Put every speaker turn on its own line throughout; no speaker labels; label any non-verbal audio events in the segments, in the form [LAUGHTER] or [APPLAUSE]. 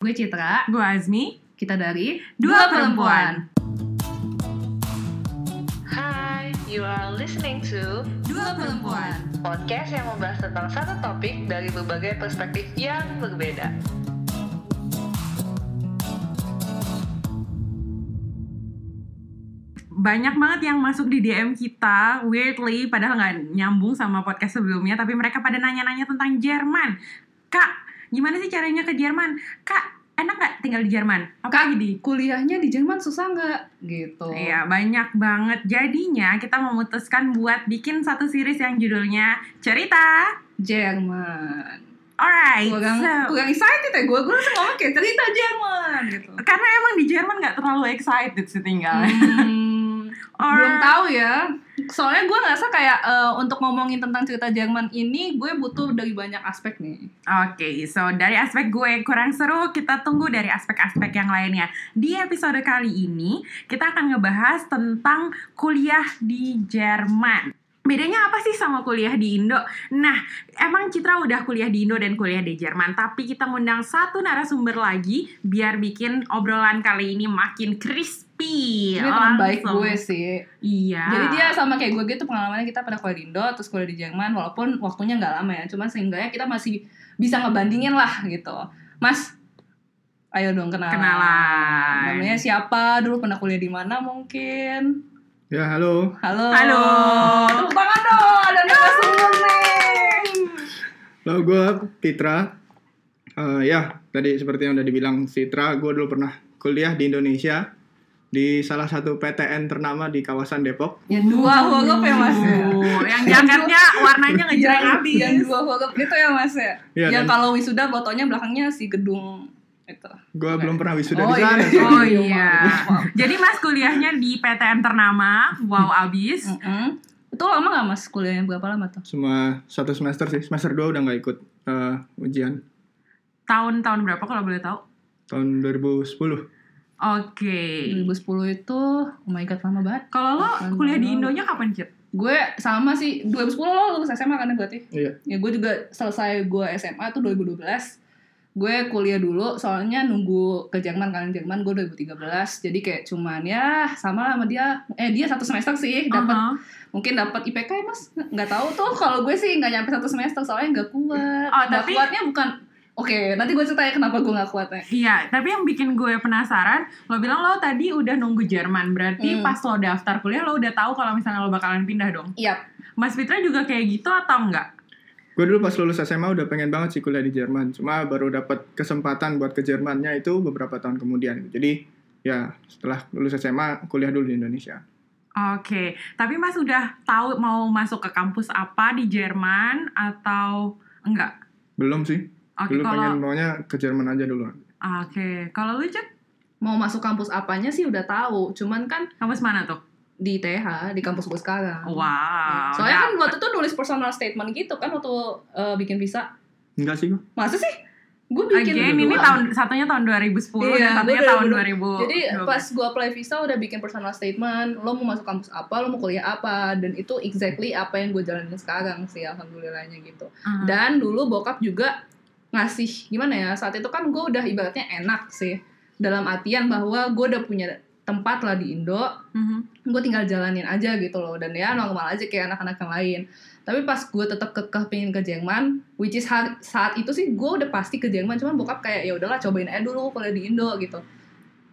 Gue Citra,
Gue Azmi,
kita dari
Dua Perempuan.
Hai, you are listening to
dua perempuan.
podcast yang membahas tentang satu topik dari berbagai perspektif yang berbeda.
Banyak banget yang masuk di DM kita, weirdly, padahal nggak nyambung sama podcast sebelumnya, tapi mereka pada nanya-nanya tentang Jerman. Kak, gimana sih caranya ke Jerman? Kak, enak nggak tinggal di Jerman? Apa di?
Kuliahnya di Jerman susah nggak? Gitu.
Iya, banyak banget. Jadinya kita memutuskan buat bikin satu series yang judulnya Cerita.
Jerman.
Alright,
Kurang,
so-
kurang excited ya gue, gue langsung ngomong kayak cerita Jerman gitu.
karena emang di Jerman nggak terlalu excited sih tinggalnya.
Hmm,
Ya. Or-
belum tahu ya. Soalnya gue ngerasa kayak eh, untuk ngomongin tentang cerita Jerman ini gue butuh dari banyak aspek nih.
Oke, so dari aspek gue yang kurang seru, kita tunggu dari aspek-aspek yang lainnya. Di episode kali ini, kita akan ngebahas tentang kuliah di Jerman. Bedanya apa sih sama kuliah di Indo? Nah, emang Citra udah kuliah di Indo dan kuliah di Jerman, tapi kita ngundang satu narasumber lagi biar bikin obrolan kali ini makin crispy.
Ini teman baik
Iya, Langsung.
gue sih.
Iya.
Jadi dia sama kayak gue gitu pengalamannya kita pada kuliah di Indo terus kuliah di Jerman walaupun waktunya nggak lama ya cuman seenggaknya kita masih bisa ngebandingin lah gitu Mas ayo dong kenalan
kenalan.
namanya siapa dulu pernah kuliah di mana mungkin
Ya, halo.
halo
Halo.
tepuk tangan dong ada narasumber nih
Halo, gue Citra. Eh, ya, tadi seperti yang udah dibilang Citra, gue dulu pernah kuliah di Indonesia di salah satu PTN ternama di kawasan Depok.
yang dua huruf ya mas Iya. ya
Oh, yang jaketnya warnanya ngejreng
yang,
habis.
yang dua huruf gitu ya mas ya,
Ya,
yang
dan
kalau wisuda fotonya belakangnya si gedung itu
gue belum pernah wisuda
Oh,
di sana.
iya.
Oh
Iya,
iya.
maaf.
Jadi Mas kuliahnya di PTN ternama, wow
Hmm.
abis.
Mm-mm. itu lama nggak mas kuliahnya berapa lama tuh
Cuma satu semester sih, semester 2 udah nggak ikut eh, ujian.
Tahun-tahun berapa kalau boleh tahu?
Tahun 2010.
Oke.
2010 itu oh my god lama banget
Kalau lo
Hmm. Tahun
kuliah di
lalu.
Indonya kapan, Cip?
gue sama sih 2010 lo lulus SMA kan ya berarti
Iya.
ya gue juga selesai gue SMA tuh 2012 gue kuliah dulu soalnya nunggu ke Jerman kan Jerman gue 2013 jadi kayak cuman ya sama lah sama dia eh dia satu semester sih dapat
Aha.
mungkin dapat IPK ya mas nggak tahu tuh kalau gue sih nggak nyampe satu semester soalnya nggak kuat
Oh,
Nggak
tapi-
kuatnya bukan oke nanti gue ceritain kenapa gue nggak ya. kuatnya
Iya, tapi yang bikin gue penasaran, lo bilang lo tadi udah nunggu Jerman, berarti
Hmm.
pas lo daftar kuliah lo udah tahu kalau misalnya lo bakalan pindah dong.
iya
Mas Fitra juga kayak gitu atau enggak?
Gue dulu pas lulus SMA udah pengen banget sih kuliah di Jerman. Cuma baru dapat kesempatan buat ke Jermannya itu beberapa tahun kemudian. Jadi, ya setelah lulus SMA, kuliah dulu di Indonesia.
Oke, tapi Mas udah tahu mau masuk ke kampus apa di Jerman atau enggak?
Belum sih.
Oke,
Dulu
kalau
pengen maunya ke Jerman aja dulu.
Oke, kalau lu Cep,
mau masuk kampus apanya sih udah tahu cuman kan
kampus mana tuh?
di TH di kampus gue sekarang
Wow.
Soalnya kan
Ah, dapet.
waktu itu nulis personal statement gitu kan waktu eh, bikin visa.
Enggak sih gue.
Masa sih? Gue bikin
Again, ini
dua.
tahun satunya tahun 2010 dan
Iya,
satunya
gua
tahun 2000.
Jadi pas gue apply visa udah bikin personal statement, lo mau masuk kampus apa, lo mau kuliah apa, dan itu exactly apa yang gue jalanin sekarang sih alhamdulillahnya gitu.
Hmm. Mm-hmm.
Dan dulu bokap juga ngasih gimana ya saat itu kan gue udah ibaratnya enak sih dalam artian bahwa gue udah punya tempat lah di Indo,
Mm-hmm.
gue tinggal jalanin aja gitu loh dan ya normal aja kayak anak-anak yang lain tapi pas gue tetap kekeh pengen ke Jerman which is har- saat itu sih gue udah pasti ke Jerman cuman bokap kayak ya udahlah cobain aja dulu kuliah di Indo gitu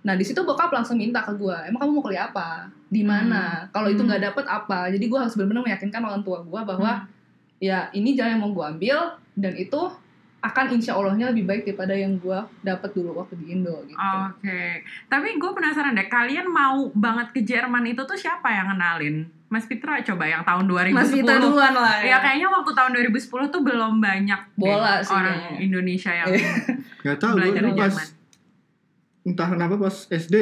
nah di situ bokap langsung minta ke gue emang kamu mau kuliah apa di mana kalau itu
Hmm.
nggak dapet apa jadi gue harus benar-benar meyakinkan orang tua gue bahwa ya ini jalan yang mau gue ambil dan itu akan insya Allahnya lebih baik daripada yang gue dapet dulu waktu di Indo gitu
Oke, tapi gue penasaran deh, kalian mau banget ke Jerman itu tuh siapa yang kenalin? Mas Fitra coba yang tahun 2010.
Mas Vita duluan lah
Ya kayaknya waktu tahun 2010 tuh belum banyak deh
Bola sih
orang
kayaknya.
Indonesia yang
Gak tau gue
Belajar di
pas
Jerman.
entah kenapa pas SD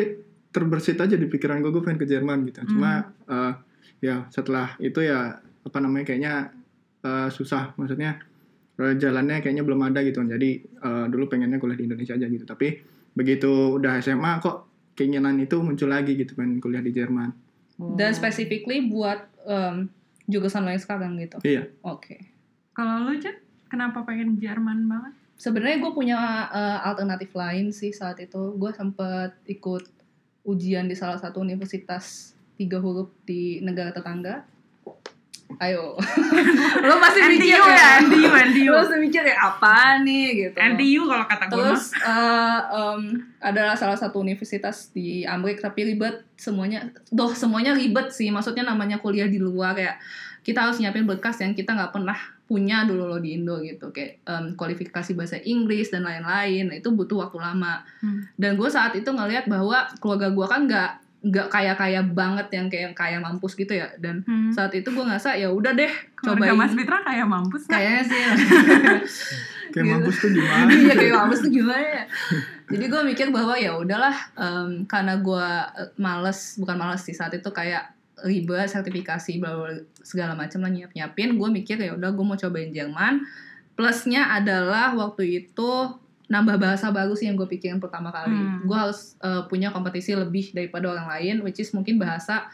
terbersit aja di pikiran gue gue pengen ke Jerman
Hmm.
gitu. Cuma eh, ya setelah itu ya apa namanya kayaknya eh, susah maksudnya eh, jalannya kayaknya belum ada gitu. Jadi eh, dulu pengennya kuliah di Indonesia aja gitu. Tapi begitu udah SMA kok keinginan itu muncul lagi gitu pengen kuliah di Jerman.
[LAUGHS] dan
Hmm.
specifically buat em, jurusan lo yang sekarang gitu.
Iya.
Oke.
Kalau lu Cep, kenapa pengen Jerman banget?
sebenarnya gue punya eh, alternatif lain sih saat itu gue sempet ikut ujian di salah satu universitas tiga huruf di negara tetangga ayo [LAUGHS] lo pasti mikir
NTU ya,
ya
NTU,
lo
NTU.
pasti mikir ya apa nih gitu
NTU kalau kata gue mah.
Terus eh, em, adalah salah satu universitas di Amerika tapi ribet semuanya. Doh semuanya ribet sih. Maksudnya namanya kuliah di luar kayak kita harus nyiapin berkas yang kita nggak pernah punya dulu lo di Indo gitu kayak em, kualifikasi bahasa Inggris dan lain-lain. Nah, itu butuh waktu lama.
Hmm.
Dan gue saat itu ngelihat bahwa keluarga gue kan nggak nggak kaya-kaya banget yang kayak kaya mampus gitu ya. Dan
Hmm.
saat itu gue ngerasa ya udah deh
Keluarga
cobain.
Mas Fitra kayak mampus kan?
Kayaknya sih.
kayak
Gitu.
mampus tuh
[LAUGHS]
gimana
[LAUGHS] iya kayak mampus tuh gimana ya jadi gue mikir bahwa ya udahlah em, karena gue eh, males bukan males sih saat itu kayak riba sertifikasi bla bla, bla, segala macam lah nyiap nyiapin gue mikir ya udah gue mau cobain Jerman plusnya adalah waktu itu nambah bahasa baru sih yang gue pikirin pertama kali
Hmm.
gue harus eh, punya kompetisi lebih daripada orang lain which is mungkin bahasa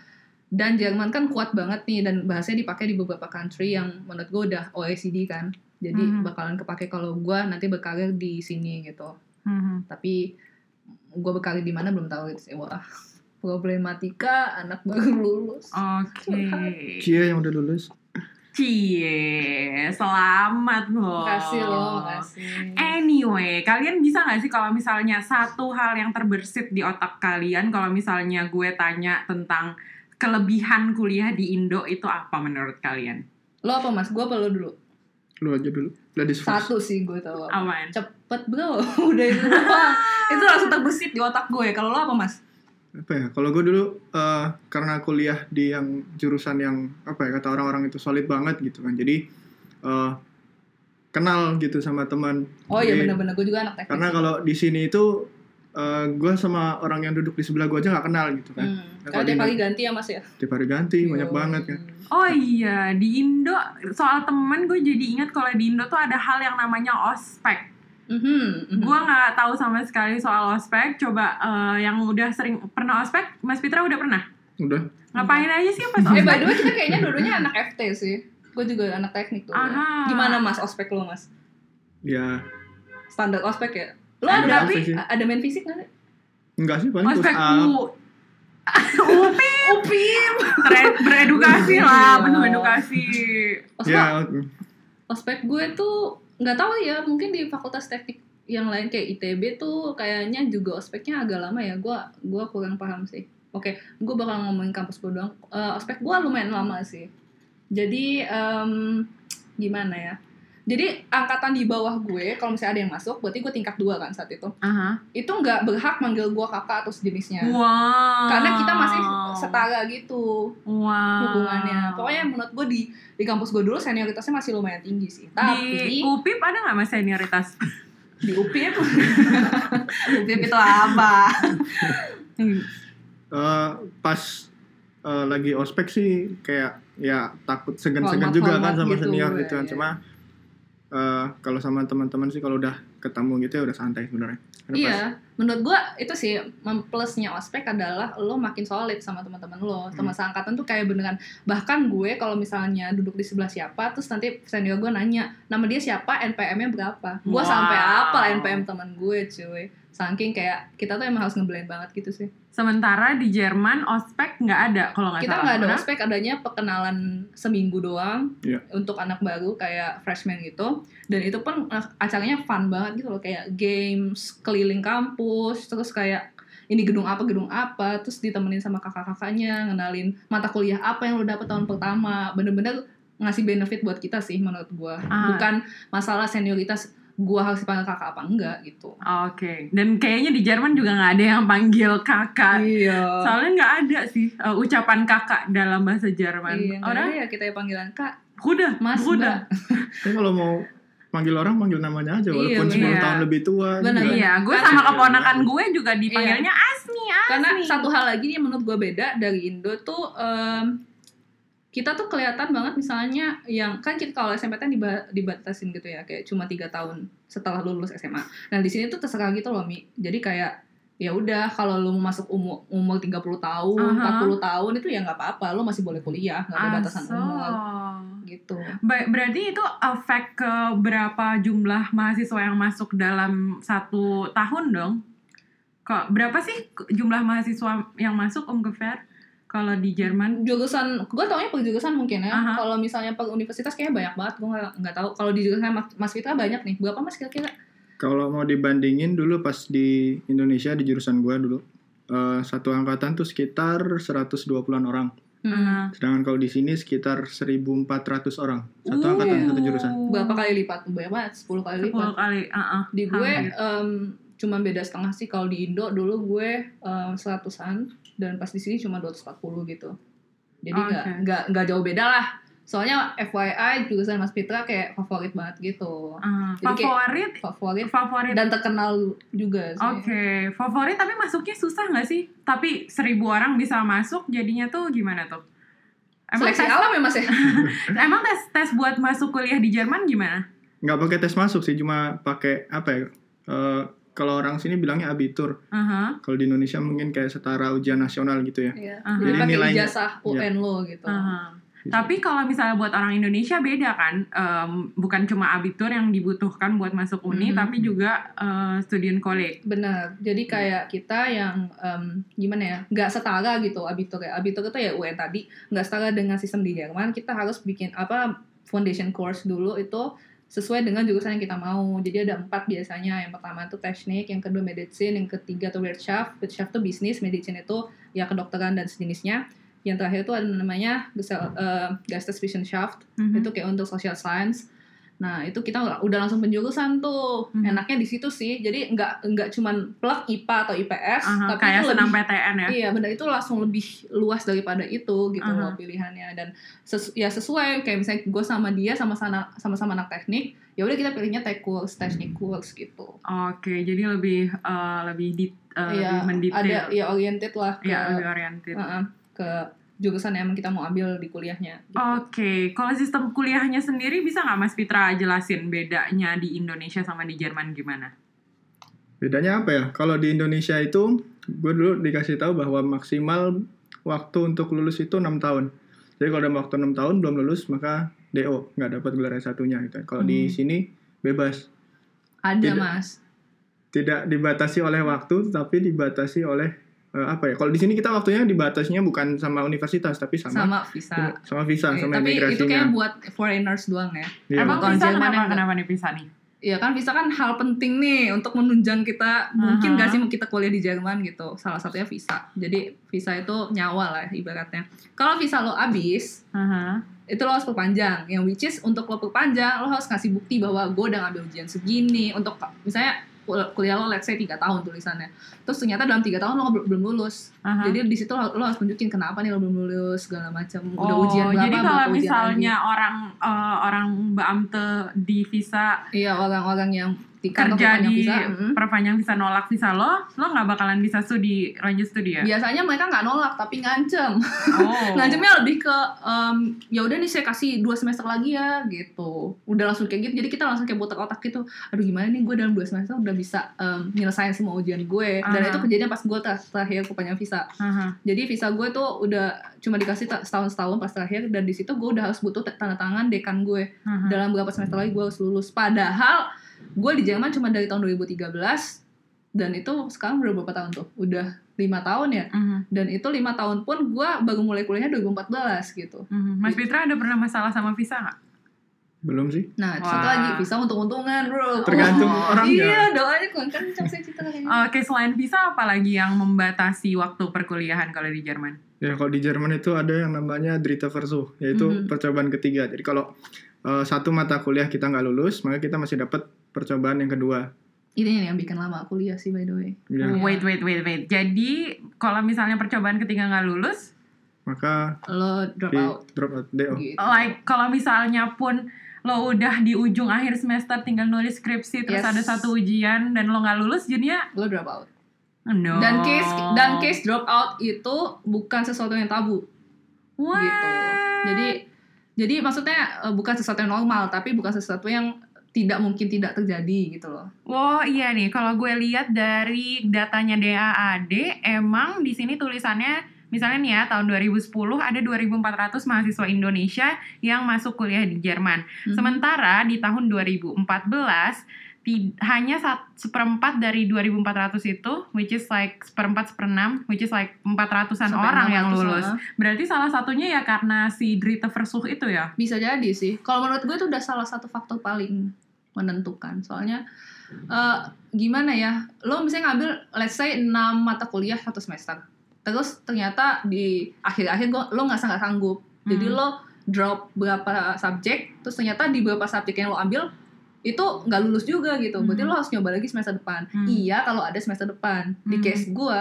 dan Jerman kan kuat banget nih dan bahasanya dipakai di beberapa country yang menurut gue udah OECD kan jadi
Mhm.
bakalan kepake kalau gue nanti berkarir di sini gitu
Hmm.
tapi gue berkarir di mana belum tahu sih wah problematika anak baru [LAUGHS] lulus
Oh. Oke.
Cia yang udah lulus
Cie, selamat loh.
makasih loh makasih
Eh. Anyway, kalian bisa nggak sih kalau misalnya satu hal yang terbersit di otak kalian kalau misalnya gue tanya tentang kelebihan kuliah di Indo itu apa menurut kalian?
lo apa mas gue perlu dulu
lu aja dulu ladies first
satu sih gue tahu apa.
Aman.
cepet bro [LAUGHS] udah itu doang. itu langsung terbesit di otak gue kalau lo apa mas
apa ya kalau gue dulu eh, karena kuliah di yang jurusan yang apa ya kata orang-orang itu solid banget gitu kan jadi eh, kenal gitu sama teman
oh iya
Jadi,
bener-bener gue juga anak teknis
karena kalau di sini itu eh, gue sama orang yang duduk di sebelah gue aja nggak kenal gitu kan
Hmm. Karena
Nah, kalau
tiap
di-
pagi ganti ya mas ya Hmm.
tiap hari ganti banyak banget kan
Oh iya, di Indo soal temen gue jadi ingat kalau di Indo tuh ada hal yang namanya ospek.
Mm-hmm,
Gue nggak tahu sama sekali soal ospek. Coba eh, yang udah sering pernah ospek, Mas Fitra udah pernah?
udah
Ngapain aja sih pas
eh by
ospek?
the way kita kayaknya dulunya anak FT sih gue juga anak teknik tuh
Aha.
gimana mas ospek lo mas
ya
standar ospek ya lo ada
Standar
ospek sih.
ada main fisik nggak sih
enggak sih paling push
Ospek
up
U. [LAUGHS] Upim. Upim. Ter- beredukasi lah, penuh edukasi.
ospek
ya
[LAUGHS] ospek gue tuh nggak tahu ya mungkin di fakultas teknik yang lain kayak ITB tuh kayaknya juga ospeknya agak lama ya gue gua kurang paham sih oke gue bakal ngomongin kampus gue doang Eh, ospek gue lumayan lama sih jadi em, gimana ya jadi angkatan di bawah gue kalau misalnya ada yang masuk berarti gue tingkat dua kan saat itu itu nggak berhak manggil gue kakak atau sejenisnya
Wow.
karena kita masih setara gitu
wow.
hubungannya. Pokoknya menurut gue di di kampus gue dulu senioritasnya masih lumayan tinggi sih.
di
Tapi
UPIP ada nggak mas senioritas?
di UPIP UPIP itu apa?
Hmm.
eh, pas eh, lagi ospek sih kayak ya takut segan-segan
Hormat-hormat
juga kan sama
gitu,
senior gitu kan
iya.
cuma eh, kalau sama teman-teman sih kalau udah ketemu gitu ya udah santai sebenarnya Karena pas-
Iya, menurut gue itu sih mem- plusnya ospek adalah lo makin solid sama teman-teman lo, sama seangkatan tuh kayak beneran. Bahkan gue kalau misalnya duduk di sebelah siapa, terus nanti senior gue nanya nama dia siapa, NPM-nya berapa, gue
Wow.
sampai apa NPM teman gue, cuy. Saking kayak kita tuh emang harus ngeblend banget gitu sih.
Sementara di Jerman ospek nggak ada kalau nggak
kita
salah.
nggak ada
Karena-
ospek adanya perkenalan seminggu doang
Iya.
untuk anak baru kayak freshman gitu dan itu pun eh, acaranya fun banget gitu loh kayak games keliling kampus terus kayak ini gedung apa gedung apa terus ditemenin sama kakak-kakaknya ngenalin mata kuliah apa yang lo dapet tahun pertama bener-bener ngasih benefit buat kita sih menurut gua
Ah.
bukan masalah senioritas gua harus dipanggil kakak apa enggak gitu
Oke. Dan kayaknya di Jerman juga nggak ada yang panggil kakak.
iya
Soalnya nggak ada sih uh, ucapan kakak dalam bahasa Jerman.
Iya, nggak
Orang
ada ya kita yang panggilan kak,
kuda,
mas, mbak.
kuda.
Tapi kalau mau manggil orang manggil namanya aja
Iya,
walaupun 10
bener.
tahun lebih tua gitu kan.
Bener,
juga.
Iya, gue
Karena-
sama keponakan gue juga dipanggilnya Asmi, Asmi.
Iya. karena satu hal lagi yang menurut gue beda dari Indo tuh em, kita tuh kelihatan banget misalnya yang kan kita kalau SMPTN diba- dibatasin gitu ya kayak cuma tiga tahun setelah lulus SMA. Nah di sini tuh terserah gitu loh mi. Jadi kayak ya udah kalau lu mau masuk umur umur 30 tahun,
Aha.
40 tahun itu ya nggak apa-apa, lu masih boleh kuliah, nggak ada batasan
Aso.
umur gitu.
Ba- Berarti itu efek ke berapa jumlah mahasiswa yang masuk dalam satu tahun dong? Kok berapa sih k- jumlah mahasiswa yang masuk Om Gefer? Kalau di Jerman?
Jurusan gue taunya per jurusan mungkin ya.
Aha.
Kalau misalnya per universitas kayaknya banyak banget, gue nggak nggak tahu. Kalau di jurusan Mas- Mas Fitra banyak nih. Berapa Mas kira-kira?
Kalau mau dibandingin dulu pas di Indonesia di jurusan gua dulu eh, satu angkatan tuh sekitar 120-an orang.
Nah,
Hmm.
uh,
Sedangkan kalau di sini sekitar 1.400 orang. Satu
Uh,
angkatan satu jurusan.
Berapa
Hmm.
kali lipat? Banyak banget, 10 kali lipat.
10 kali. uh-uh.
Di gue
Hmm, Hampir.
em, cuma beda setengah sih kalau di Indo dulu gue em, seratusan dan pas di sini cuma 240 gitu. Jadi nggak
Oke.
nggak nggak jauh beda lah. Soalnya FYI jurusan Mas Fitra kayak favorit banget gitu.
Uh,
Jadi kayak-
favorit
Favorit
favorit
dan terkenal juga sih.
Oke, favorit tapi masuknya susah nggak sih? Tapi seribu orang bisa masuk, jadinya tuh gimana tuh? Emang
Seleksi
tes,
alam ya Mas
[LAUGHS]
ya?
emang tes tes buat masuk kuliah di Jerman gimana?
Nggak pakai tes masuk sih, cuma pakai apa ya? eh, kalau orang sini bilangnya abitur.
Aha,
Kalau di Indonesia mungkin kayak setara ujian nasional gitu ya.
Iya.
Aha.
Jadi
Jadi
pakai
nilainya-
ijazah UN lo gitu.
aha. Tapi kalau misalnya buat orang Indonesia beda kan, Em, bukan cuma abitur yang dibutuhkan buat masuk uni,
Mhm.
tapi juga eh, student college.
Benar. Jadi kayak kita yang em, gimana ya? nggak setara gitu abitur ya. Abitur itu ya UN tadi, nggak setara dengan sistem di Jerman. Kita harus bikin apa foundation course dulu itu sesuai dengan jurusan yang kita mau. Jadi ada empat biasanya. Yang pertama itu teknik, yang kedua medicine, yang ketiga itu Wirtschaft. Wirtschaft itu bisnis, medicine itu ya kedokteran dan sejenisnya. Yang terakhir itu ada namanya Gesell- eh, Geisteswissenschaft
Mhm.
itu kayak untuk social science nah itu kita udah udah langsung penjurusan tuh
Mhm.
enaknya di situ sih jadi nggak nggak cuman plug IPA atau IPS
Aha,
tapi
kayak
itu
senam
lebih
PTN ya.
iya benda itu langsung lebih luas daripada itu gitu
Aha.
loh pilihannya dan sesu- ya sesuai kayak misalnya gue sama dia sama sana sama sama anak teknik ya udah kita pilihnya tech course teknik
Hmm.
course gitu
Oke, jadi lebih eh, lebih di- eh,
Iya,
lebih mendetail,
ada ya oriented lah ke
ya lebih oriented.
Heeh, ke jurusan yang kita mau ambil di kuliahnya gitu.
Oh. Oke, kalau sistem kuliahnya sendiri bisa nggak Mas Fitra jelasin bedanya di Indonesia sama di Jerman gimana?
Bedanya apa ya? Kalau di Indonesia itu, gue dulu dikasih tahu bahwa maksimal waktu untuk lulus itu 6 tahun. Jadi kalau dalam waktu 6 tahun belum lulus, maka DO, nggak dapat gelar S1-nya. Gitu. Kalau di
Hmm.
sini, bebas.
ada
Tidak-
mas
Tidak dibatasi oleh waktu, tapi dibatasi oleh eh, apa ya? Kalau di sini kita waktunya dibatasinya bukan sama universitas, tapi sama
sama visa
sama, visa,
Oke,
sama
Iya, tapi itu kayak
imigrasinya.
buat foreigners doang ya.
Iya.
Emang
Kalau
bisa
Jerman
kenapa?
enggak.
Kenapa nih bisa nih?
Iya kan visa kan hal penting nih untuk menunjang kita mungkin gak sih mau kita kuliah di Jerman gitu. Salah satunya visa. Jadi visa itu nyawa lah ibaratnya. Kalau visa lo habis,
Aha.
itu lo harus perpanjang. Yang which is untuk lo perpanjang, lo harus ngasih bukti bahwa gue udah ngambil ujian segini untuk misalnya kul- kuliah lo let's say 3 tahun tulisannya. Terus ternyata dalam 3 tahun lo bel- belum lulus.
Aha.
Jadi di situ lo, lo harus tunjukin kenapa nih lo belum lulus segala macam. Udah
Oh,
ujian berapa
Jadi
berapa
kalau
ujian lagi.
misalnya orang eh, orang Baamte di visa
Iya orang-orang yang di kantor
kerja
perpanjang
di
visa, mm.
perpanjang visa nolak visa lo, lo nggak bakalan bisa studi lanjut studi ya?
biasanya mereka nggak nolak tapi ngancem. [LAUGHS]
Oh.
Ngancemnya lebih ke em, ya udah nih saya kasih dua semester lagi ya gitu. Udah langsung kayak gitu. Jadi kita langsung kayak botak otak gitu. Aduh gimana nih gue dalam dua semester udah bisa em, nyelesain semua ujian gue. Dan
Aha.
itu kejadian pas gue ter- terakhir perpanjang visa.
Aha.
Jadi visa gue tuh udah cuma dikasih ta- setahun-setahun pas terakhir dan di situ gue udah harus butuh t- tanda tangan dekan gue
Aha.
dalam berapa semester lagi gue harus lulus padahal gue di Jerman cuma dari tahun 2013 dan itu sekarang udah berapa tahun tuh udah lima tahun ya
Mhm.
dan itu lima tahun pun gue baru mulai kuliahnya 2014 gitu
Mhm. Mas Fitra ada pernah masalah sama visa nggak?
Belum sih.
nah
Wah.
satu lagi bisa untung-untungan bro [LAUGHS]
Tergantung
Oh,
orangnya.
iya doanya kurang kencang sih cerita kayaknya
Oke, Eh, selain visa apalagi yang membatasi waktu perkuliahan kalau di Jerman?
Ya kalau di Jerman itu ada yang namanya Dritte Versuch, yaitu
Mhm.
percobaan ketiga. Jadi kalau eh, satu mata kuliah kita nggak lulus, maka kita masih dapat percobaan yang kedua.
ini nih yang bikin lama kuliah sih by the way
Ya,
Iya.
Wait, wait, wait, wait. Jadi kalau misalnya percobaan ketiga nggak lulus,
maka
lo drop
di
out
drop out DO.
gitu
like kalau misalnya pun lo udah di ujung akhir semester tinggal nulis skripsi terus
Yes.
ada satu ujian dan lo nggak lulus jadinya
lo drop out
no.
dan case dan case drop out itu bukan sesuatu yang tabu
What?
gitu. Jadi jadi maksudnya eh, bukan sesuatu yang normal, tapi bukan sesuatu yang tidak mungkin tidak terjadi gitu loh.
Wow, iya nih. Kalau gue lihat dari datanya DAAD, emang di sini tulisannya Misalnya nih ya, tahun 2010 ada 2.400 mahasiswa Indonesia yang masuk kuliah di Jerman.
Mhm.
Sementara di tahun 2014 ti- hanya sat- seperempat dari 2.400 itu, which is like seperempat seperenam, which is like 400-an
Sampai
orang yang
600
lulus.
lah.
Berarti salah satunya ya karena si Drita Versuch itu ya.
Bisa jadi sih. Kalau menurut gue itu udah salah satu faktor paling menentukan. Soalnya eh, gimana ya? Lo misalnya ngambil let's say 6 mata kuliah satu semester. Terus ternyata di akhir-akhir gua- lo nggak sang- nggak sanggup. Jadi
Hmm.
lo drop berapa subjek, terus ternyata di beberapa subjek yang lo ambil itu nggak lulus juga gitu. Berarti
Hmm.
lo harus nyoba lagi semester depan.
Hmm.
Iya, kalau ada semester depan. Di
Hmm.
case gue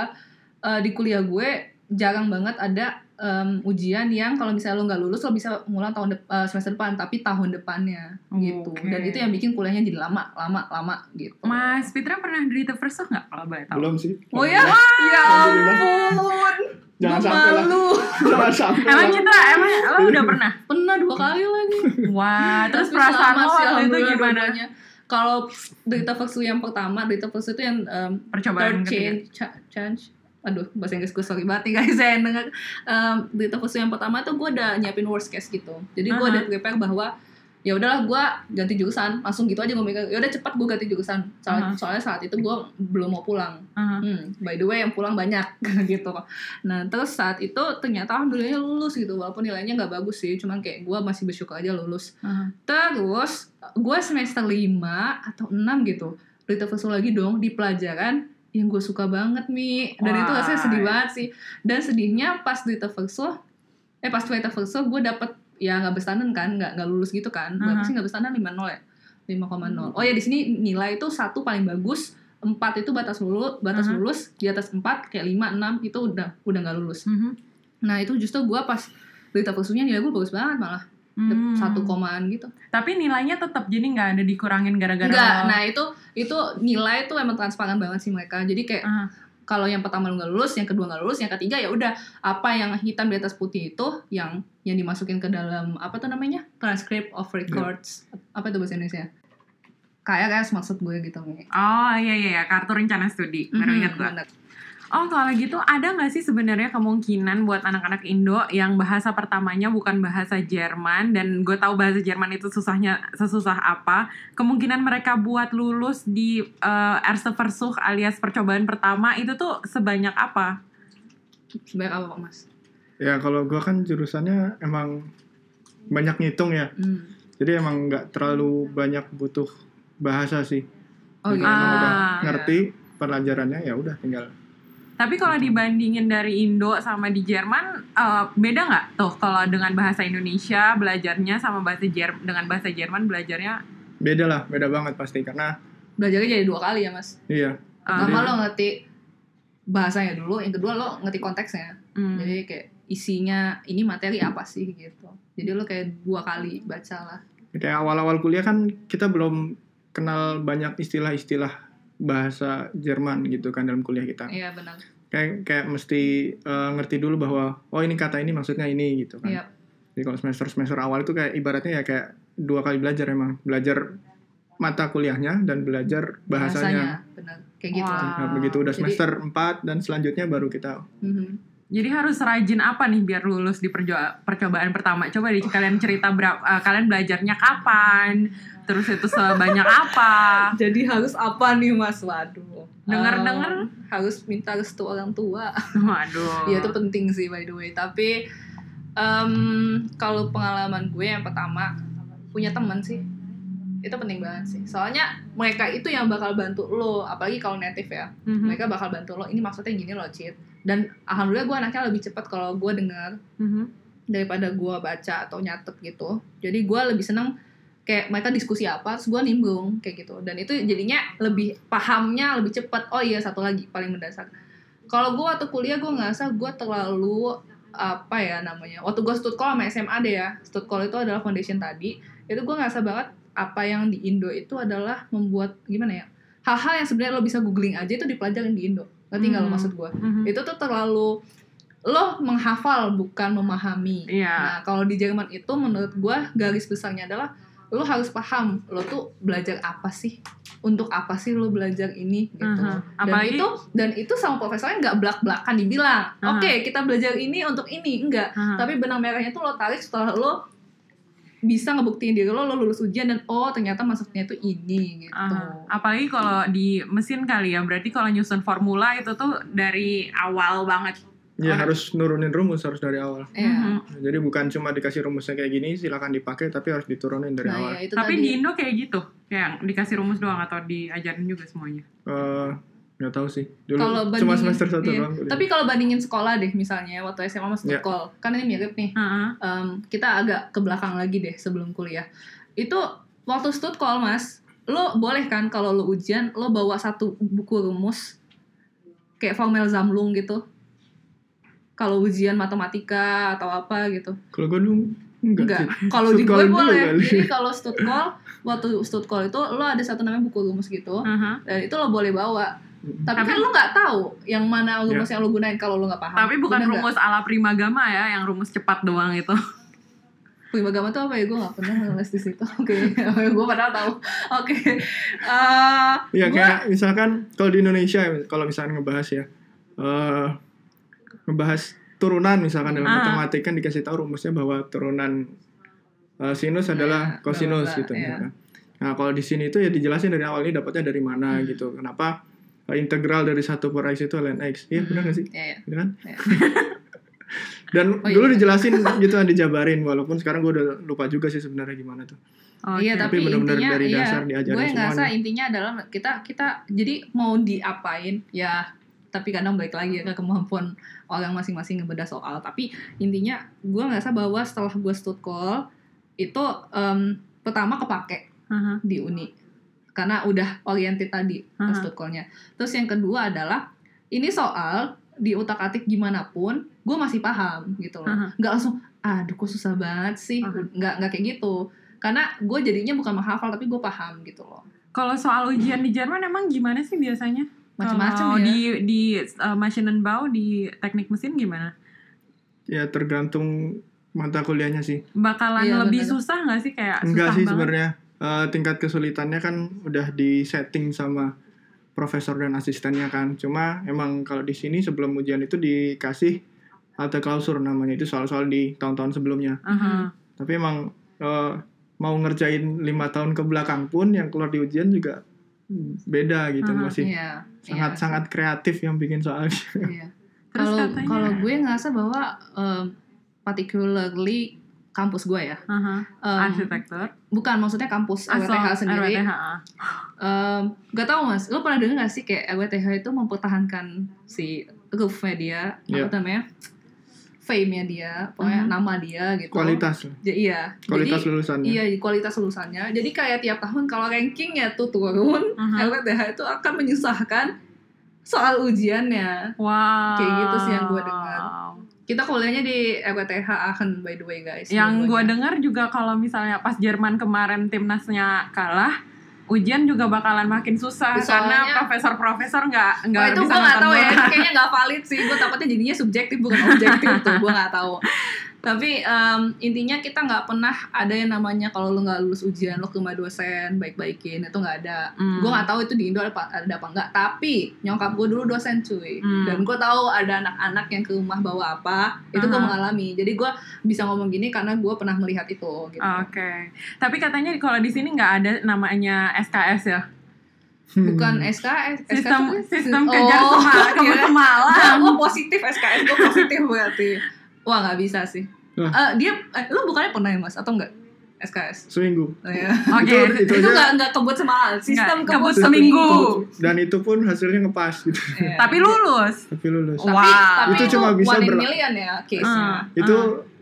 eh, di kuliah gue jarang banget ada em, ujian yang kalau misalnya lo nggak lulus lo bisa ngulang tahun dep- eh, semester depan, tapi tahun depannya gitu.
Oke.
Dan itu yang bikin kuliahnya jadi lama, lama, lama gitu.
Mas Fitra pernah Drita Versuch nggak kalau boleh tahu?
belum sih
Oh ya, ya
Alhamdulillah.
ampun,
jangan
Gua
sampai lah
malu.
[LAUGHS] jangan sampai
Emang
lah.
kita, emang lo udah pernah?
Pernah dua kali lagi.
Wah, terus
Tapi
perasaan
selamat
lo
sih,
waktu itu
alhamdulillah
gimana?
dua-duanya. Kalau berita palsu yang pertama, berita palsu itu yang em,
Percobaan
third
ketiga.
change, cha- change aduh bahasa Inggris gue sorry banget nih guys [LAUGHS] saya dengar Em, berita palsu yang pertama tuh gue udah nyiapin worst case gitu jadi gue
Aha.
udah prepare bahwa ya udahlah gue ganti jurusan langsung gitu aja gue mikir ya udah cepat gue ganti jurusan soalnya,
Aha.
soalnya saat itu gue belum mau pulang
Aha.
Hmm, by the way yang pulang banyak [LAUGHS] gitu nah terus saat itu ternyata alhamdulillahnya lulus gitu walaupun nilainya nggak bagus sih cuman kayak gue masih bersyukur aja lulus
Aha.
Terus gue semester 5 atau 6 gitu Berita Verso lagi dong di pelajaran yang gue suka banget Mi Dan itu rasanya sedih
Why?
banget sih Dan sedihnya pas Berita Verso Eh pas Berita Verso gue dapet ya nggak berstandar kan nggak nggak lulus gitu kan berapa
Aha.
sih nggak berstandar 5-0 ya
Hmm.
5,0 oh ya di sini nilai itu satu paling bagus empat itu batas lulus batas
Aha.
lulus di atas empat kayak lima enam itu udah udah nggak lulus
Mhm.
nah itu justru gue pas berita versunya nilai gue bagus banget malah
Hmm.
satu komaan gitu
Tapi nilainya tetap jadi nggak ada dikurangin gara-gara
Enggak,
lo.
nah itu itu nilai tuh emang transparan banget sih mereka. Jadi kayak
Aha.
kalau yang pertama lu nggak lulus, yang kedua nggak lulus, yang ketiga ya udah apa yang hitam di atas putih itu yang yang dimasukin ke dalam apa tuh namanya transcript of records apa itu bahasa Indonesia? Kayak kayak maksud gue gitu Hmm, nih.
Oh iya iya iya, kartu rencana studi baru
Mhm.
ingat gue. Oh kalau gitu ada nggak sih sebenarnya kemungkinan buat anak-anak Indo yang bahasa pertamanya bukan bahasa Jerman dan gue tahu bahasa Jerman itu susahnya sesusah apa kemungkinan mereka buat lulus di eh, erste Versuch alias percobaan pertama itu tuh sebanyak apa?
Sebaik apa Pak Mas?
ya kalau gua kan jurusannya emang banyak ngitung ya
Hmm.
jadi emang nggak terlalu banyak butuh bahasa sih
Oh iya.
Jadi
gitu.
emang udah
Ah,
ngerti pelajarannya ya udah tinggal
Tapi kalau dibandingin dari Indo sama di Jerman eh, beda nggak tuh kalau dengan bahasa Indonesia belajarnya sama bahasa Jer dengan bahasa Jerman belajarnya?
beda lah beda banget pasti karena
Belajarnya jadi dua kali ya Mas.
eh,
iya
Pertama lo ngerti bahasanya dulu, yang kedua lo ngerti konteksnya.
hmm.
jadi kayak isinya ini materi apa sih gitu jadi lo kayak dua kali baca lah
kayak awal-awal kuliah kan kita belum kenal banyak istilah-istilah bahasa Jerman gitu kan dalam kuliah kita
iya benar
kayak kayak mesti eh, ngerti dulu bahwa oh ini kata ini maksudnya ini gitu kan
Iya.
jadi kalau semester semester awal itu kayak ibaratnya ya kayak dua kali belajar emang belajar mata kuliahnya dan belajar bahasanya,
benar kayak gitu
Wah.
Nah, begitu udah
Jadi-
semester 4 dan selanjutnya baru kita
Mhm.
Jadi harus rajin apa nih biar lulus di perjo- percobaan pertama? Coba di kalian cerita berapa kalian belajarnya kapan? Terus itu sebanyak apa?
Ah, jadi harus apa nih mas waduh Em,
Dengar-dengar.
harus minta restu orang tua
Waduh.
Iya itu penting sih by the way tapi em, kalau pengalaman gue yang pertama punya teman sih itu penting banget sih soalnya mereka itu yang bakal bantu lo apalagi kalau native ya
Mhm,
mereka bakal bantu lo ini maksudnya gini lo cheat dan alhamdulillah gue anaknya lebih cepat kalau gue dengar
mhm.
daripada gue baca atau nyatet gitu jadi gue lebih seneng kayak mereka diskusi apa terus gue nimbung kayak gitu dan itu jadinya lebih pahamnya lebih cepat oh iya satu lagi paling mendasar kalau gue waktu kuliah gue ngerasa gue terlalu apa ya namanya waktu gue stud call sama SMA deh ya stud call itu adalah foundation tadi itu gue ngerasa banget apa yang di Indo itu adalah membuat gimana ya hal-hal yang sebenarnya lo bisa googling aja itu dipelajarin di Indo ngerti nggak lo
Hmm.
maksud gue
Mhm.
itu tuh terlalu lo menghafal bukan memahami
Iya.
nah kalau di Jerman itu menurut gua garis besarnya adalah lo harus paham lo tuh belajar apa sih untuk apa sih lo belajar ini gitu dan
Aha. Mhm. Apalagi-
itu dan itu sama profesornya nggak belak belakan dibilang
Aha.
oke kita belajar ini untuk ini enggak
Aha.
tapi benang merahnya tuh lo tarik setelah lo bisa ngebuktiin diri lo lo lulus ujian dan oh ternyata masuknya itu ini gitu
Aha. Ah, Apalagi kalau di mesin kali ya, berarti kalau nyusun formula itu tuh dari awal banget.
Ya
Orang-
harus nurunin rumus harus dari awal.
Iya.
Mhm.
Jadi bukan cuma dikasih rumusnya kayak gini, silakan dipakai, tapi harus diturunin dari
nah
awal.
ya itu
Tapi
tadi
di Indo kayak gitu, kayak dikasih rumus doang atau diajarin juga semuanya.
Eh, nggak tahu sih. Dulu
kalau
cuma
bandingin
semester satu
iya.
doang. kuliah.
tapi kalau bandingin sekolah deh misalnya waktu SMA masuk
Iya.
sekolah kan ini mirip nih
Heeh.
Em, kita agak ke belakang lagi deh sebelum kuliah itu waktu stud call mas lo boleh kan kalau lo ujian lo bawa satu buku rumus kayak formel zamlung gitu kalau ujian matematika atau apa gitu
kalau gue dulu enggak,
enggak
sih.
kalau di
Stud
gue
call dulu
boleh
kali.
jadi kalau stud call waktu stud call itu lo ada satu namanya buku rumus gitu
Heeh.
dan itu lo boleh bawa tapi,
Tapi-
kan lo nggak tahu yang
Ya.
mana rumus yang lo gunain kalau lo nggak paham
Tapi bukan
Bener nggak?
rumus ala primagama ya, yang rumus cepat doang itu.
Primagama tuh apa ya? Gue gak pernah ngeles di situ. [LAUGHS] Oke, gue padahal tahu. Oke, Eh, gua-
Iya kayak misalkan kalau di Indonesia ya, kalau misalkan ngebahas ya eh ngebahas turunan misalkan dalam
Ah.
matematika kan dikasih tahu rumusnya bahwa turunan eh, sinus adalah
Iya,
kosinus
bla-bla-bla,
gitu
iya.
misalkan. Nah, kalau di sini itu ya dijelasin dari awal ini dapatnya dari
Hmm.
mana gitu. Kenapa eh, integral dari 1 per x itu ln x. Iya, benar nggak sih?
ya, ya.
Gitu kan?
Iya.
[LAUGHS] Dan
Oh, iya.
dulu dijelasin gitu kan dijabarin walaupun sekarang gue udah lupa juga sih sebenarnya gimana tuh.
Oke.
[LAUGHS] Iya, tapi,
Tapi benar-benar
intinya
dari
iya,
dasar diajarin
Gue yang ngerasa
semuanya.
intinya adalah kita kita jadi mau diapain ya tapi kadang balik lagi ya ke kemampuan orang masing-masing ngebedah soal tapi intinya gue ngerasa bahwa setelah gue stud call itu em, pertama kepake
Aha.
di uni karena udah oriented tadi
Aha.
ke stud call-nya. Terus yang kedua adalah ini soal di utak atik gimana pun gue masih paham gitu loh.
Aha.
Nggak langsung aduh kok susah banget sih.
Aha.
Nggak nggak kayak gitu. Karena gue jadinya bukan menghafal tapi gue paham gitu loh.
Kalau soal ujian di Jerman emang gimana sih biasanya? Kalau
Macam-macam ya.
Oh, di di uh, Maschinenbau di teknik mesin gimana?
Ya tergantung mata kuliahnya sih.
Bakalan
Iya,
lebih
bener.
susah nggak sih kayak
Enggak
susah
sih
banget?
sebenarnya Eh, tingkat kesulitannya kan udah di setting sama profesor dan asistennya kan. Cuma emang kalau di sini sebelum ujian itu dikasih alta klausur namanya itu soal-soal di tahun-tahun sebelumnya.
Aha.
Tapi emang eh, mau ngerjain lima tahun ke belakang pun yang keluar di ujian juga beda gitu
Aha,
masih
Iya,
sangat
iya,
sangat kreatif yang bikin soalnya.
iya.
[LAUGHS] Terus
Kalau
katanya.
kalau gue ngerasa bahwa em, particularly kampus gue ya.
Aha.
em,
Arsitektur.
bukan maksudnya kampus
Asal-
RWTH sendiri.
RWTH, ah.
Em, gak tau mas, lo pernah denger gak sih kayak RWTH itu mempertahankan si roofnya dia,
Iya.
apa namanya, fame-nya dia, pokoknya
Mhm.
nama dia gitu.
[LAUGHS] Kualitas,
Ja- iya.
kualitas
Jadi,
lulusannya.
Iya, kualitas lulusannya. Jadi kayak tiap tahun kalau rankingnya tuh turun,
Aha.
LWTH itu akan menyusahkan soal ujiannya.
Wow.
Kayak gitu sih yang gue dengar. Kita kuliahnya di LWTH Aachen by the way guys.
Yang gue
dua-duanya.
dengar juga kalau misalnya pas Jerman kemarin timnasnya kalah, ujian juga bakalan makin susah
Soalnya-
karena profesor-profesor nggak nggak
Wah, itu
bisa
gue gak tahu ya,
nonton
itu
bola.
kayaknya gak valid sih. Gue takutnya jadinya subjektif bukan objektif
[LAUGHS]
tuh, gue gak tahu. Tapi em, intinya kita nggak pernah ada yang namanya kalau lu nggak lulus ujian lu ke rumah dosen baik-baikin itu nggak ada.
Hmm.
Gue nggak tahu itu di Indo ada apa, ada apa nggak. Tapi nyongkap gue dulu dosen cuy,
Hmm.
dan gue tahu ada anak-anak yang ke rumah bawa apa. Itu gue
Aha.
mengalami. Jadi gue bisa ngomong gini karena gue pernah melihat itu. Gitu.
Hmm. Oke, tapi katanya kalau di sini nggak ada namanya SKS ya,
Hmm.
Bukan SKS, SKS
Hmm. sistem
tuh-
sistem
[LAUGHS]
kejar gitu.
Oh,
semala, kamu
kira-
semalam.
Gue positif SKS gue positif berarti. Wah nggak bisa sih.
Lah.
Eh, dia, eh, lu bukannya pernah ya mas atau enggak SKS?
Seminggu.
Oh, iya.
Oke,
Itu-
Itu
aja.
nggak nggak kebut semalam. Sistem
Nggak, kebut
kebut,
seminggu.
Dan itu pun hasilnya ngepas gitu. [LAUGHS]
Iya.
tapi lulus.
Tapi lulus.
Tapi,
Wow.
tapi
Itu
itu,
cuma
one
bisa
in
ber-
million ya case-nya.
Hmm.
itu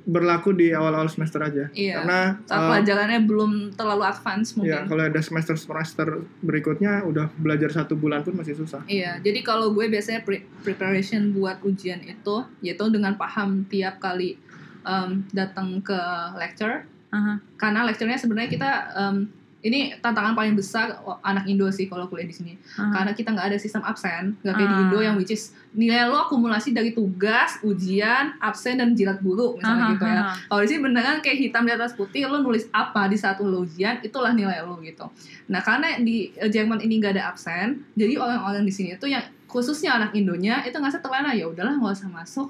berlaku di awal-awal semester aja
ah. Iya.
karena
Saat
uh,
pelajarannya belum terlalu advance
ya
mungkin.
kalau ada semester semester berikutnya udah belajar satu bulan pun masih susah
Iya, jadi kalau gue biasanya pre- preparation buat ujian itu, yaitu dengan paham tiap kali em, datang ke lecture,
Aha. Uh-huh.
karena lecturenya sebenarnya kita em, ini tantangan paling besar anak Indo sih kalau kuliah di sini
Hmm.
karena kita nggak ada sistem absen nggak kayak di
Ah.
Indo yang which is nilai lo akumulasi dari tugas ujian absen dan jilat guru misalnya
Ah,
gitu
ah,
ya
ah.
kalau di sini beneran kayak hitam di atas putih lo nulis apa di saat lo ujian itulah nilai lo gitu nah karena di eh, Jerman ini nggak ada absen jadi orang-orang di sini itu yang khususnya anak Indonya itu ngerasa terlena ya udahlah nggak usah masuk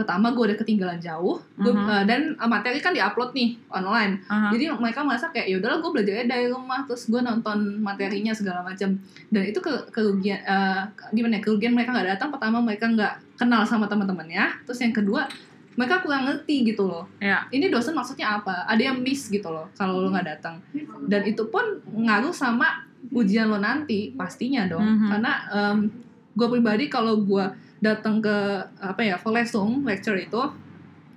pertama gue udah ketinggalan jauh Gua-
Mhm.
eh, dan eh, materi kan diupload nih online
Aha.
jadi mereka merasa kayak ya udahlah gue belajarnya dari rumah terus gue nonton materinya segala macam dan itu ke kerugian eh, gimana ya kerugian mereka nggak datang pertama mereka nggak kenal sama teman-temannya terus yang kedua mereka kurang ngerti gitu loh
Ya.
ini dosen maksudnya apa ada yang miss gitu loh kalau lo nggak datang dan itu pun ngaruh sama ujian lo nanti pastinya dong
Mhm.
karena gue pribadi kalau gue datang ke apa ya Volesung lecture itu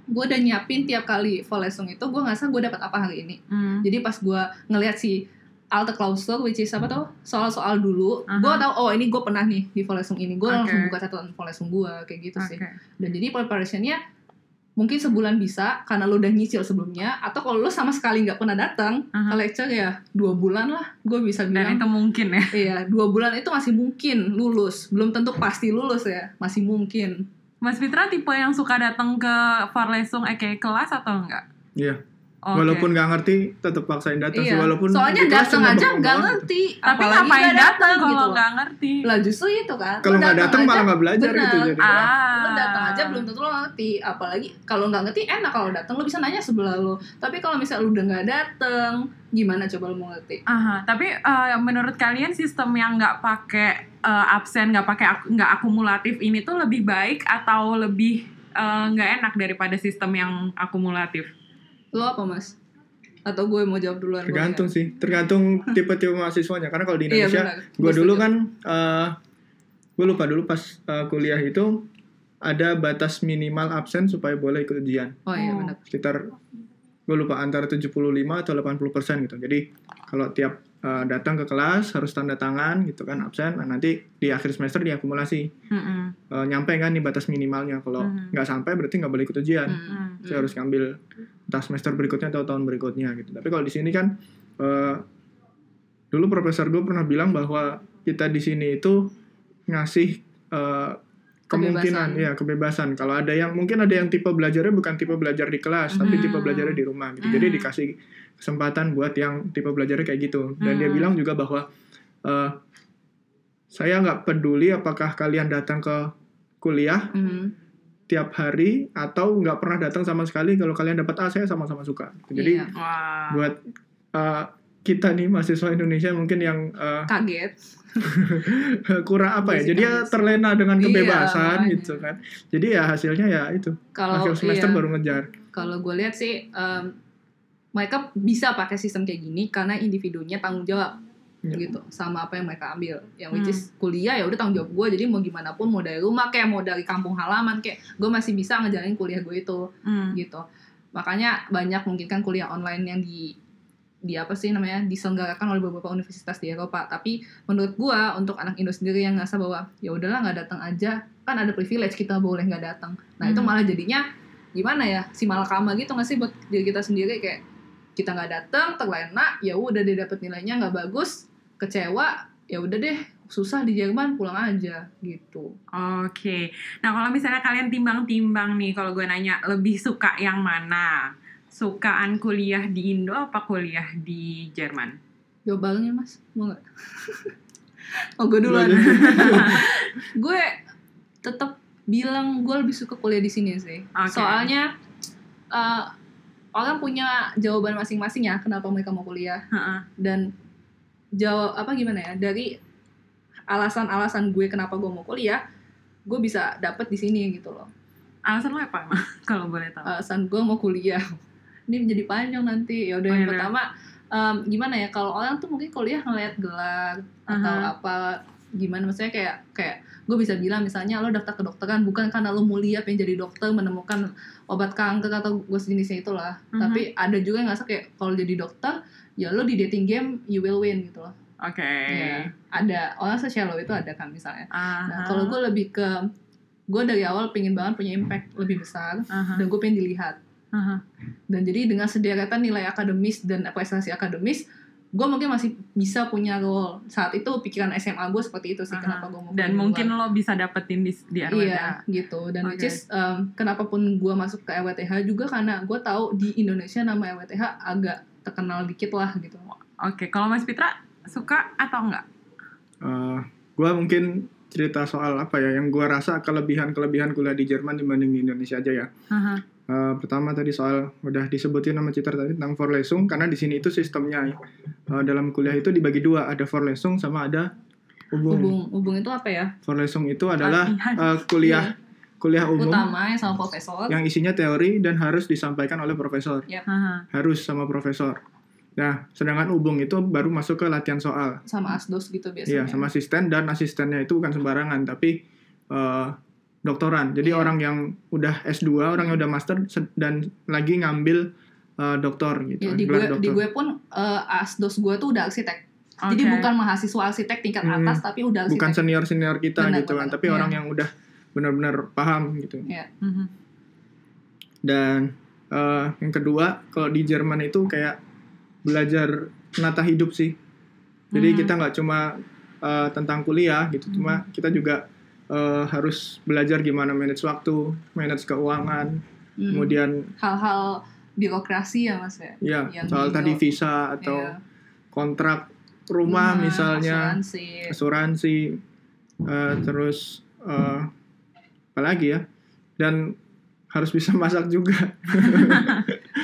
gue udah nyiapin tiap kali Volesung itu gue nggak gue dapat apa hari ini
Hmm.
jadi pas gue ngelihat si Alte Klausur, which is apa tuh soal-soal dulu,
Aha.
gue tau oh ini gue pernah nih di Volesung ini, gue
Oke.
langsung buka catatan Volesung gue kayak gitu sih.
Oke.
Dan jadi preparationnya mungkin sebulan bisa karena lo udah nyicil sebelumnya, atau kalau lo sama sekali nggak pernah datang
Aha.
ke lecture ya dua bulan lah, gue bisa
Dan
bilang.
itu mungkin ya.
Iya, dua bulan itu masih mungkin lulus, belum tentu pasti lulus ya, masih mungkin.
Mas Fitra tipe yang suka datang ke Farlesung aka kelas atau enggak?
Iya.
Oke.
Walaupun nggak ngerti, tetap paksain datang sih.
Oh, iya,
Walaupun
soalnya
di kelas
datang
cuma
aja
bengong
nggak
doang gitu.
ngerti,
Tapi
apalagi
ngapain
nggak
datang
gitu
kalau
loh.
nggak ngerti?
Lah justru itu kan.
Kalau
Lu
nggak datang
aja,
malah nggak belajar
bener.
gitu jadi. orang.
Ah.
Lu datang aja belum tentu lo ngerti. Apalagi kalau nggak ngerti enak kalau datang lo bisa nanya sebelah lo. Tapi kalau misalnya lo udah nggak datang, gimana coba lo mau ngerti?
Aha, tapi eh, menurut kalian sistem yang nggak pakai eh, absen, nggak pakai ak- nggak akumulatif ini tuh lebih baik atau lebih eh, nggak enak daripada sistem yang akumulatif?
Lo apa mas? Atau gue mau jawab duluan? boleh
Tergantung sih, tergantung tipe-tipe mahasiswanya. Karena kalau
ya?
di
Hmm. Iya
Indonesia,
benar.
gue
Gue
dulu
setuju.
kan, gue lupa dulu pas eh, kuliah itu ada batas minimal absen supaya boleh ikut ujian.
Oh iya benar.
sekitar gue lupa antara 75 atau 80 gitu. Jadi kalau tiap eh, datang ke kelas harus tanda tangan gitu kan absen. Nah, nanti di akhir semester diakumulasi
Mm-mm,
Eh, nyampe kan nih batas minimalnya. Kalau
Mhm.
nggak sampai berarti nggak boleh ikut ujian.
Hmm.
mm.
Saya harus ngambil entah semester berikutnya atau tahun berikutnya gitu. Tapi kalau di sini kan eh, dulu profesor gue pernah bilang bahwa kita di sini itu ngasih eh, kemungkinan
Kebebasan.
ya kebebasan. Kalau ada yang mungkin ada yang tipe belajarnya bukan tipe belajar di kelas, tapi
Hmm.
tipe belajarnya di rumah gitu. Jadi
Hmm.
dikasih kesempatan buat yang tipe belajarnya kayak gitu. Dan dia
Hmm.
bilang juga bahwa eh, saya nggak peduli apakah kalian datang ke kuliah
Hmm.
tiap hari atau nggak pernah datang sama sekali kalau kalian dapat A saya sama-sama suka jadi
Iya.
Wah.
buat uh, kita nih mahasiswa Indonesia mungkin yang uh,
kaget.
[LAUGHS] kurang apa ya
Masih
jadi ya
kaget.
terlena dengan
Iya,
kebebasan
makanya.
gitu kan jadi ya hasilnya ya itu
Kalau
akhir semester
iya.
baru ngejar
kalau gue lihat sih em, mereka bisa pakai sistem kayak gini karena individunya tanggung jawab
Iya.
gitu sama apa yang mereka ambil yang which
Hmm.
is kuliah ya udah tanggung jawab gue jadi mau gimana pun mau dari rumah kayak mau dari kampung halaman kayak gue masih bisa ngejalanin kuliah gue itu
Mm.
gitu makanya banyak mungkin kan kuliah online yang di di apa sih namanya diselenggarakan oleh beberapa universitas di Eropa tapi menurut gua untuk anak Indo sendiri yang ngerasa bahwa ya udahlah nggak datang aja kan ada privilege kita boleh nggak datang nah itu
Hmm.
malah jadinya gimana ya si malakama gitu nggak sih buat diri kita sendiri kayak kita nggak datang terlena ya udah deh dapet nilainya nggak bagus kecewa ya udah deh susah di Jerman pulang aja gitu
Oke. Nah, kalau misalnya kalian timbang-timbang nih, kalau gue nanya lebih suka yang mana? Sukaan kuliah di Indo apa kuliah di Jerman?
Jawab barengnya mas, mau nggak? [LAUGHS] oh gue duluan. [LAUGHS] gue tetap bilang gue lebih suka kuliah di sini sih.
Oke.
Soalnya eh, orang punya jawaban masing-masing ya kenapa mereka mau kuliah
Heeh.
dan jawab apa gimana ya dari alasan-alasan gue kenapa gue mau kuliah gue bisa dapet di sini gitu loh
Alasan lo apa emang? [LAUGHS] kalau boleh tahu?
alasan gue mau kuliah [LAUGHS] ini menjadi panjang nanti ya udah
Oh,
yang
iya.
pertama em, gimana ya kalau orang tuh mungkin kuliah ngeliat gelar atau
Aha.
apa gimana maksudnya kayak kayak gue bisa bilang misalnya lo daftar kedokteran bukan karena lo mulia pengen jadi dokter menemukan obat kanker atau gue sejenisnya itulah
Mhm.
tapi ada juga yang ngerasa kayak kalau jadi dokter ya lo di dating game you will win gitu loh
Oke.
Ya, ada orang se-shallow itu ada kan misalnya
Aha.
nah kalau gue lebih ke gue dari awal pengen banget punya impact lebih besar
Aha.
dan gue pengen dilihat
Aha.
dan jadi dengan sederetan nilai akademis dan prestasi akademis gue mungkin masih bisa punya role saat itu pikiran SMA gue seperti itu sih
Aha.
kenapa gue mau
Dan
kuliah
mungkin
luar.
lo bisa dapetin di, ya? di RWDA.
iya gitu dan which
Oke.
is um, kenapa pun gue masuk ke EWTH juga karena gue tahu di Indonesia nama EWTH agak terkenal dikit lah gitu
Oke, kalau Mas Pitra suka atau enggak?
Eh, gua mungkin cerita soal apa ya yang gua rasa kelebihan-kelebihan kuliah di Jerman dibanding di Indonesia aja ya.
Haha.
Eh, pertama tadi soal udah disebutin sama Citra tadi tentang Vorlesung karena di sini itu sistemnya eh, dalam kuliah itu dibagi dua ada Vorlesung sama ada Ubung.
hubung hubung itu apa ya
Vorlesung itu adalah
Latihan.
eh, kuliah kuliah umum
utama yang sama profesor
yang isinya teori dan harus disampaikan oleh profesor
Haha.
harus sama profesor. Nah sedangkan Ubung itu baru masuk ke latihan soal
sama asdos gitu biasanya
Iya, sama asisten dan asistennya itu bukan sembarangan, tapi eh, doktoran. Jadi
Iya.
orang yang udah S2, orang yang udah master se- dan lagi ngambil eh, doktor gitu.
Ya, di
gelar
gue di
doktor.
gue pun eh, asdos gue tuh udah arsitek jadi
Oke.
bukan mahasiswa arsitek tingkat
Hmm.
atas tapi udah
bukan
arsitek
senior-senior kita
Benar,
gitu kan,
benar.
tapi
Iya.
orang yang udah benar-benar paham gitu.
Mhm.
Dan eh, yang kedua, kalau di Jerman itu kayak belajar nata hidup sih. Jadi
Hmm.
kita nggak cuma eh, tentang kuliah gitu, cuma
Hmm.
kita juga eh, harus belajar gimana manage waktu, manage keuangan,
Hmm.
kemudian
hal-hal birokrasi ya mas ya
ya
Yang
soal
juga-
tadi visa atau
Iya. Nah,
kontrak rumah, misalnya
asuransi.
asuransi, eh, terus eh, apa lagi ya dan harus bisa [LAUGHS] masak juga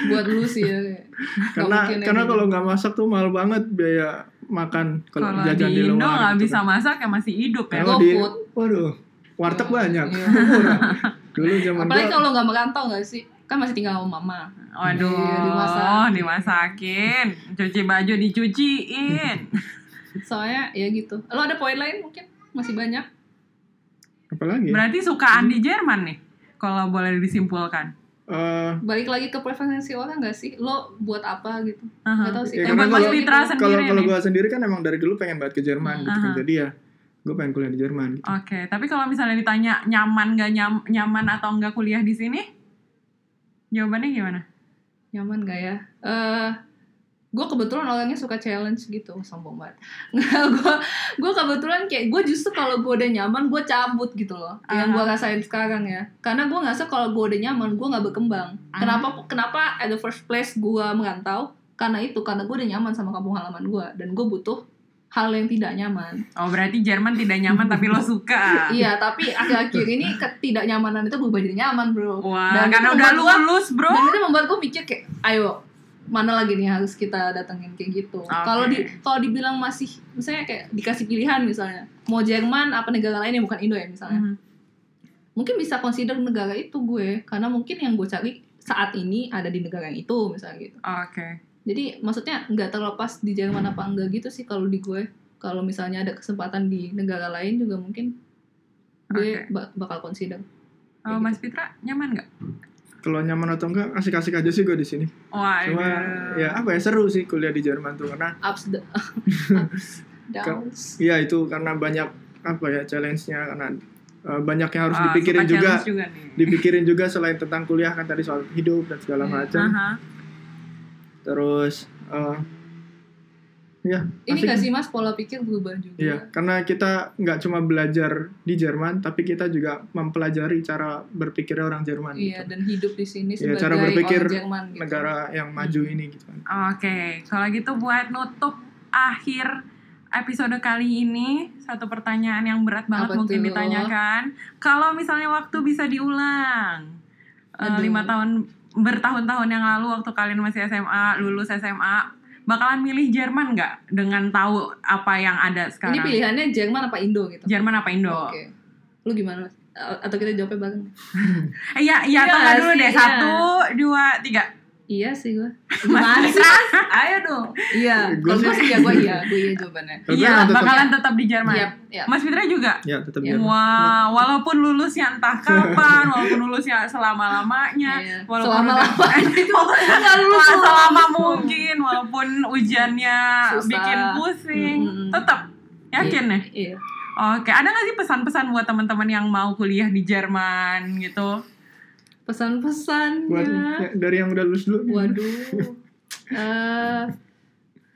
buat lu sih
[LAUGHS]
ya.
karena
mungkin ya,
karena
gitu.
kalau nggak masak tuh mahal banget biaya makan kalau
Kalau
jajan
di
di,
Indo
luar
nggak
gitu
bisa
kan.
masak ya masih hidup ya.
Go
Kalau di-
food.
waduh warteg
Iya. [LAUGHS]
banyak [LAUGHS]
Iya.
murah dulu zaman
apalagi
gua-
kalau nggak merantau nggak sih kan masih tinggal sama mama
Waduh,
Iya, dimasak.
dimasakin, cuci baju
[LAUGHS]
dicuciin.
Iya. soalnya ya gitu lo ada poin lain mungkin masih banyak
apalagi ya?
Berarti sukaan di Jerman nih, kalau boleh disimpulkan.
Eh,
balik lagi ke preferensi orang nggak sih lo buat apa gitu
Aha.
nggak tahu sih Tapi
Eh,
Ya, karena
buat Mas
kalau
Fitra
gitu,
sendiri
kalau kalau
nih.
gue sendiri kan emang dari dulu pengen banget ke Jerman gitu kan
Aha.
jadi ya gue pengen kuliah di Jerman gitu.
Oke, tapi kalau misalnya ditanya nyaman nggak nyam- nyaman atau nggak kuliah di sini, jawabannya gimana?
nyaman gak ya eh gue kebetulan orangnya suka challenge gitu sombong banget [LAUGHS] gue gue kebetulan kayak gue justru kalau gue udah nyaman gue cabut gitu loh yang gue rasain sekarang ya karena gue ngerasa kalau gue udah nyaman gue nggak berkembang
Ah.
kenapa kenapa at the first place gue merantau karena itu karena gue udah nyaman sama kampung halaman gue dan gue butuh hal yang tidak nyaman
Oh, berarti Jerman tidak nyaman tapi lo suka.
[LAUGHS] iya tapi akhir-akhir ini ketidaknyamanan itu berubah jadi nyaman bro
Wah,
Dan
karena
itu
udah
membuat gua-
lulus, Bro.
dan itu membuat gue mikir kayak ayo mana lagi nih harus kita datengin kayak gitu
Oke.
kalau di kalau dibilang masih misalnya kayak dikasih pilihan misalnya mau Jerman apa negara lain yang bukan Indo ya misalnya
Mhm.
mungkin bisa consider negara itu gue karena mungkin yang gue cari saat ini ada di negara yang itu misalnya gitu
Oke.
jadi maksudnya nggak terlepas di Jerman apa enggak gitu sih kalau di gue kalau misalnya ada kesempatan di negara lain juga mungkin gue
Oke.
ba- bakal consider
Oh, Mas Pitra nyaman nggak?
Kalau nyaman atau enggak asik-asik aja sih gue di sini.
Wah,
Cuma ya apa ya seru sih kuliah di Jerman tuh karena
ups da- [LAUGHS] ups, downs
Iya itu karena banyak apa ya challenge-nya karena eh, banyak yang harus
Ah,
dipikirin juga,
juga nih.
dipikirin juga selain tentang kuliah kan tadi soal hidup dan segala
Iya.
macam.
Aha.
Terus eh, ya
Ini
asik.
gak sih mas pola pikir berubah juga.
Iya, karena kita nggak cuma belajar di Jerman, tapi kita juga mempelajari cara berpikirnya orang Jerman.
Iya,
gitu.
dan hidup di sini
Iya,
sebagai
cara berpikir
orang Jerman gitu.
Negara yang maju
Hmm.
ini gitu. kan.
Oke, kalau gitu buat nutup akhir episode kali ini satu pertanyaan yang berat
Apa
banget mungkin
tuh?
ditanyakan. Kalau misalnya waktu bisa diulang, Eh,
Aduh.
lima tahun bertahun-tahun yang lalu waktu kalian masih SMA lulus SMA bakalan milih Jerman nggak dengan tahu apa yang ada
Ini
sekarang?
pilihannya Jerman apa Indo gitu.
Jerman apa Indo?
Oke. Lu gimana? Mas? A- Atau kita jawabnya bareng?
Eh, Iya,
Iya
iya, atau nggak dulu
sih,
deh.
iya.
Satu, dua, tiga.
Iya sih gue. Gimana sih? Mas? [LAUGHS] Ayo dong. Iya.
Gua
Kalau gue sih
sih-
ya gue iya, gue iya jawabannya.
Tapi
Iya,
kan tetap-
bakalan tetap di Jerman.
Iya, iya.
Mas Fitra juga?
Ya tetap
Iya.
Jerman.
Wah, walaupun lulusnya entah
[LAUGHS]
kapan, walaupun
Iya.
lulusnya selama-lamanya, walaupun
Selama-lama
[LAUGHS] itu
Enggak lulus.
selama mungkin, walaupun hujannya
Susah.
bikin pusing,
Mm-mm.
tetap yakin nih.
Iya.
Oke, ada nggak sih pesan-pesan buat teman-teman yang mau kuliah di Jerman gitu?
Pesan-pesannya.
Buat- ya, dari yang udah lulus dulu.
Waduh. Eh,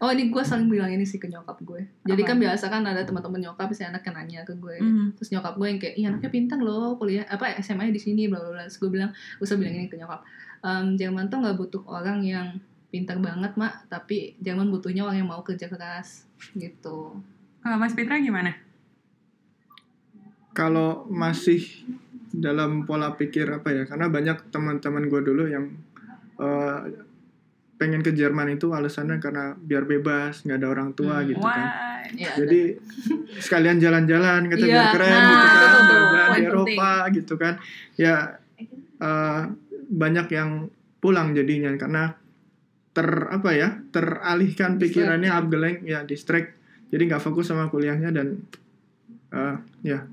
Oh ini gue sering bilang ini sih ke nyokap gue. Jadi
Apa?
kan biasa kan ada teman-teman nyokap si anak yang nanya ke gue.
Mhm.
Terus nyokap gue yang kayak, iya
Hmm.
anaknya pintar loh kuliah apa SMA di sini bla bla bla. Terus gue bilang, gue selalu bilang ini ke nyokap. Ehm, Jerman tuh nggak butuh orang yang pintar banget mak, tapi Jerman butuhnya orang yang mau kerja keras gitu.
Kalau Mas Pitra gimana?
kalau masih dalam pola pikir apa ya karena banyak teman-teman gue dulu yang eh, pengen ke Jerman itu alasannya karena biar bebas nggak ada orang tua
Hmm,
gitu kan
Wah,
Iya,
jadi sekalian jalan-jalan kata
Iya,
biar keren
nah,
gitu
itu
kan
tuh,
jalan
poin
di
penting.
Eropa gitu kan ya eh, banyak yang pulang jadinya karena ter apa ya teralihkan pikirannya abgeleng ya distract jadi nggak fokus sama kuliahnya dan eh, ya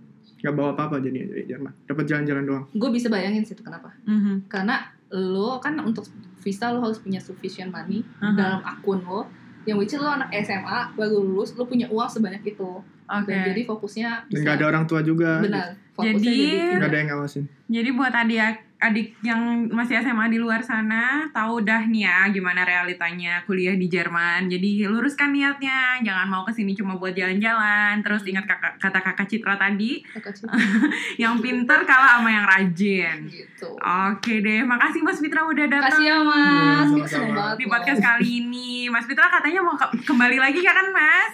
nggak bawa apa-apa jadi dari Jerman dapat jalan-jalan doang
gue bisa bayangin sih itu kenapa.
mhm.
Karena lo kan untuk visa lo harus punya sufficient money
Aha.
dalam akun lo. Yang which is lo anak SMA baru lulus, lo punya uang sebanyak itu.
Oke.
Dan jadi fokusnya
dan nggak ada orang tua juga gitu.
benar. Fokusnya
Jadi-
jadi,
nggak ada yang ngawasin
Jadi buat adik adik yang masih SMA di luar sana tahu dah nih ya gimana realitanya kuliah di Jerman. Jadi luruskan niatnya, jangan mau kesini cuma buat jalan-jalan. Terus ingat kakak- kata kakak Citra tadi,
Kakak sih.
yang pinter kalah sama yang rajin.
gitu.
Oke deh, makasih Mas Fitra udah datang
Makasih ya mas,
Iya,
kita seneng
sama-sama.
banget.
di
loh.
podcast kali ini. Mas Fitra katanya mau ke- kembali lagi ya kan Mas?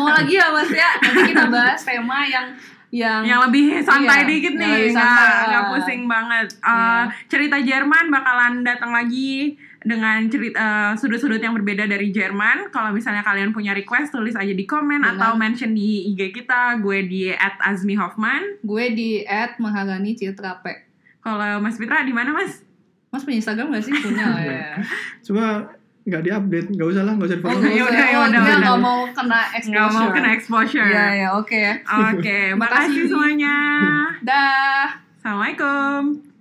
Mau lagi ya mas ya, nanti kita bahas tema yang yang
yang lebih
Iya,
santai dikit
yang
nih
lebih
nggak
santai. ah.
nggak pusing banget Eh,
Iya.
cerita Jerman bakalan datang lagi dengan cerita eh, sudut-sudut yang berbeda dari Jerman kalau misalnya kalian punya request tulis aja di komen
Benar.
atau mention di IG kita gue di @azmihoffman
gue di at Maharani Citra P.
kalau Mas Fitra di mana Mas
Mas punya Instagram gak sih punya lah
[LAUGHS]
ya?
cuma nggak diupdate nggak usah lah nggak usah
Oh,
di follow
nggak
Ya
usah.
udah, ya
Oh, dia
udah, udah.
nggak mau kena exposure.
nggak mau kena exposure
Iya ya oke.
oke makasih
[LAUGHS] Makasih.
semuanya
Dah.
assalamualaikum